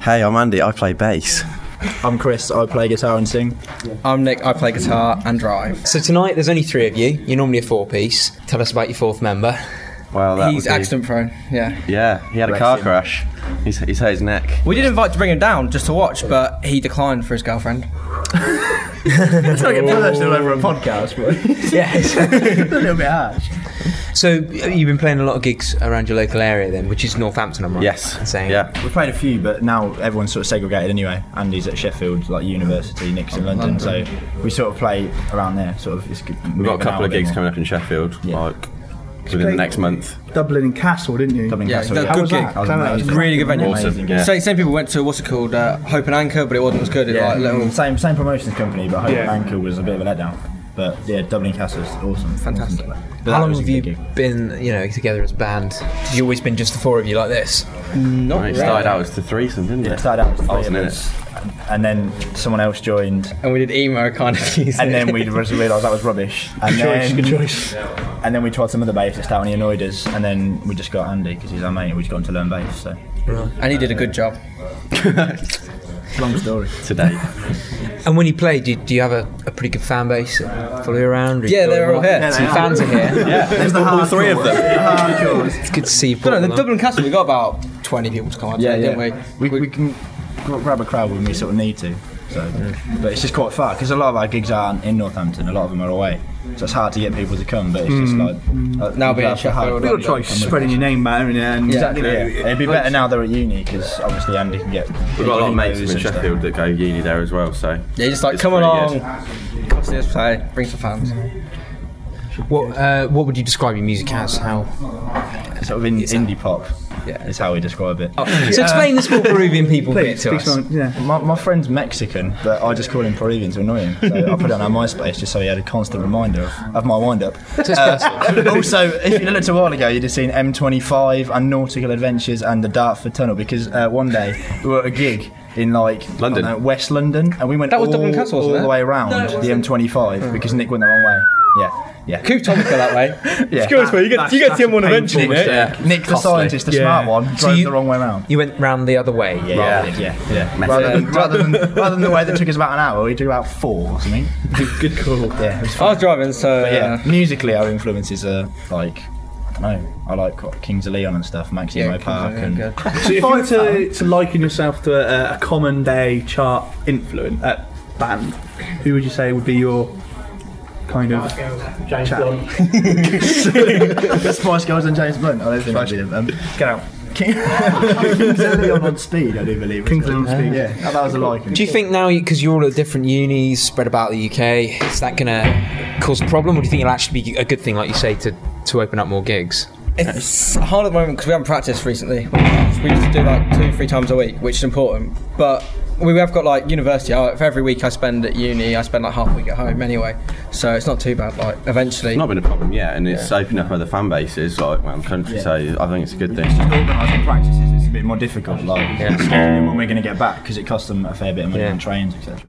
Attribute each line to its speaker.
Speaker 1: Hey, I'm Andy. I play bass.
Speaker 2: I'm Chris. I play guitar and sing.
Speaker 3: I'm Nick. I play guitar and drive.
Speaker 4: So tonight there's only three of you. You're normally a four piece. Tell us about your fourth member.
Speaker 1: Well, that
Speaker 3: He's
Speaker 1: would be-
Speaker 3: accident prone. Yeah.
Speaker 1: Yeah, he had a
Speaker 2: Bless
Speaker 1: car
Speaker 2: him.
Speaker 1: crash. He's, he's hurt his neck.
Speaker 3: We did invite to bring him down just to watch, but he declined for his girlfriend.
Speaker 2: It's not get personal over a podcast, but
Speaker 4: Yes.
Speaker 2: a little bit harsh.
Speaker 4: so uh, you've been playing a lot of gigs around your local area then, which is Northampton, I'm right?
Speaker 1: Yes.
Speaker 4: in Saying.
Speaker 1: Yeah.
Speaker 2: We've played a few, but now everyone's sort of segregated anyway. Andy's at Sheffield, like university, Nick's in London, so we sort of play around there. Sort of, it's
Speaker 1: We've got a couple of gigs coming up in Sheffield,
Speaker 2: Yeah.
Speaker 1: like within the
Speaker 5: play-
Speaker 1: next month.
Speaker 5: Dublin and Castle, didn't you?
Speaker 2: Dublin
Speaker 3: Yeah,
Speaker 2: Castle,
Speaker 3: that-
Speaker 2: yeah.
Speaker 3: good
Speaker 2: How was
Speaker 3: gig.
Speaker 2: that? That was
Speaker 5: Clever.
Speaker 2: amazing.
Speaker 3: Really good venue.
Speaker 2: Amazing,
Speaker 1: Awesome.
Speaker 2: yeah.
Speaker 1: Yeah.
Speaker 3: So same people went to what's it called, uh, Hope and Anchor, but it wasn't as good. It
Speaker 2: Yeah, Mm.
Speaker 3: like little
Speaker 2: same same promotions company, but Hope
Speaker 5: Yeah.
Speaker 2: Anchor was a bit of a letdown. But yeah, Dublin Castle's awesome,
Speaker 3: Fantastic.
Speaker 2: Awesome. But that
Speaker 4: How long
Speaker 2: was a
Speaker 4: have
Speaker 2: good
Speaker 4: you
Speaker 2: gig.
Speaker 4: been, you know, together as a band? Have you always been just the four of you like this?
Speaker 3: not
Speaker 1: Right, it
Speaker 3: really.
Speaker 1: started out as the threesome, didn't it?
Speaker 2: It started out with
Speaker 1: I
Speaker 2: three
Speaker 1: wasn't
Speaker 2: of
Speaker 1: in
Speaker 2: us,
Speaker 1: it.
Speaker 2: and then someone else joined,
Speaker 3: and we did emo kind of music.
Speaker 2: and then we realised that was rubbish. And then,
Speaker 5: Good choice.
Speaker 2: And then we tried some other bassist out, and he annoyed us. And then we just got Andy because he's our mate, and we just got him to learn bass. So
Speaker 3: and he did a good job.
Speaker 2: long story.
Speaker 1: Today.
Speaker 4: And when you play, do you, do you have a, a pretty good fan base? that Follow you around?
Speaker 3: Yeah, they're all here.
Speaker 4: Some fans are here.
Speaker 1: yeah, all, all three of them.
Speaker 4: It's good to see you.
Speaker 3: But no, the Dublin Castle, we got about 20 people to come out,
Speaker 2: Yeah, yeah.
Speaker 3: yeah, didn't
Speaker 2: We,
Speaker 3: we?
Speaker 2: we, can gr- grab a crowd when we sort of need to. So, but it's just quite far because a lot of our gigs aren't in Northampton. A lot of them are away, so it's hard to get people to come. But it's just like uh,
Speaker 3: Now being in
Speaker 2: hard- we've got
Speaker 3: Sheffield, We've like-
Speaker 5: You've got to try spreading your name out in there. And
Speaker 2: Exactly. Yeah. It'd be better now they're at uni because obviously Andy can get.
Speaker 1: We've got a lot of mates from Sheffield that go uni there as well, so.
Speaker 3: Yeah, just like,
Speaker 1: It's
Speaker 3: come
Speaker 1: pretty
Speaker 3: along,
Speaker 1: good.
Speaker 3: come see us play, bring some fans.
Speaker 4: What, uh, what would you describe your music as? How?
Speaker 2: Sort of in, indie pop.
Speaker 3: Yeah.
Speaker 2: is how we describe it.
Speaker 3: Oh,
Speaker 4: So explain the small Peruvian people bit
Speaker 5: Please,
Speaker 4: to
Speaker 5: speak
Speaker 4: us.
Speaker 5: some, yeah.
Speaker 2: My, my friend's Mexican, but I just call him Peruvian to annoy him. So I put it on our MySpace just so he had a constant reminder of, of my wind up. also, if you looked a while ago, you'd have seen M25 and Nautical Adventures and the Dartford Tunnel because uh, one day we were at a gig in like I
Speaker 1: London.
Speaker 2: don't know, West London, and we went
Speaker 3: That was
Speaker 2: all,
Speaker 3: Dublin Castle, wasn't
Speaker 2: all
Speaker 3: it?
Speaker 2: the way around the M25 because Nick went the wrong way. Yeah, yeah.
Speaker 3: Coop told me to go that way.
Speaker 2: Yeah.
Speaker 5: you get, you get the M1 eventually,
Speaker 1: Yeah.
Speaker 2: Nick, the scientist, the
Speaker 5: Yeah.
Speaker 2: smart one, drove
Speaker 4: you-
Speaker 2: the wrong way round.
Speaker 4: You went round the other way.
Speaker 2: Yeah, yeah, yeah. Rather, than, rather, than, rather than the way that took us about an hour, we took about four or something.
Speaker 5: Good call.
Speaker 2: Yeah, it was
Speaker 3: I was driving, so uh,
Speaker 2: yeah,
Speaker 3: yeah.
Speaker 2: musically our influences are like I don't know. I like quite Kings of Leon and stuff, Maximo
Speaker 3: Yeah,
Speaker 2: Park,
Speaker 3: Kings
Speaker 2: and
Speaker 3: of Leon,
Speaker 5: So if you were to, to liken yourself to a, a common day chart influence uh, band, who would you say would be your kind of James Bond?
Speaker 2: the Spice Girls and James Blunt. I don't think I'd be them. Um, get out. King- Kings of Leon on speed. I do believe.
Speaker 5: Kings of Leon on speed.
Speaker 2: Yeah, that was a liking.
Speaker 4: Do you think now, because you're all at different unis spread about the UK, is that going to cause a problem, or do you think it'll actually be a good thing, like you say, to, to open up more gigs?
Speaker 3: It's hard at the moment because we haven't practiced recently. We used to do like two, three times a week, which is important. But we have got like university. I, for every week I spend at uni, I spend like half a week at home anyway. So it's not too bad. Like eventually,
Speaker 1: It's not been a problem yet, and it's opened up other fan bases like around the country, so I think it's a good thing.
Speaker 2: Organising practices is a bit more difficult. Like, when we're going to get back because it costs them a fair bit of money on trains, etc.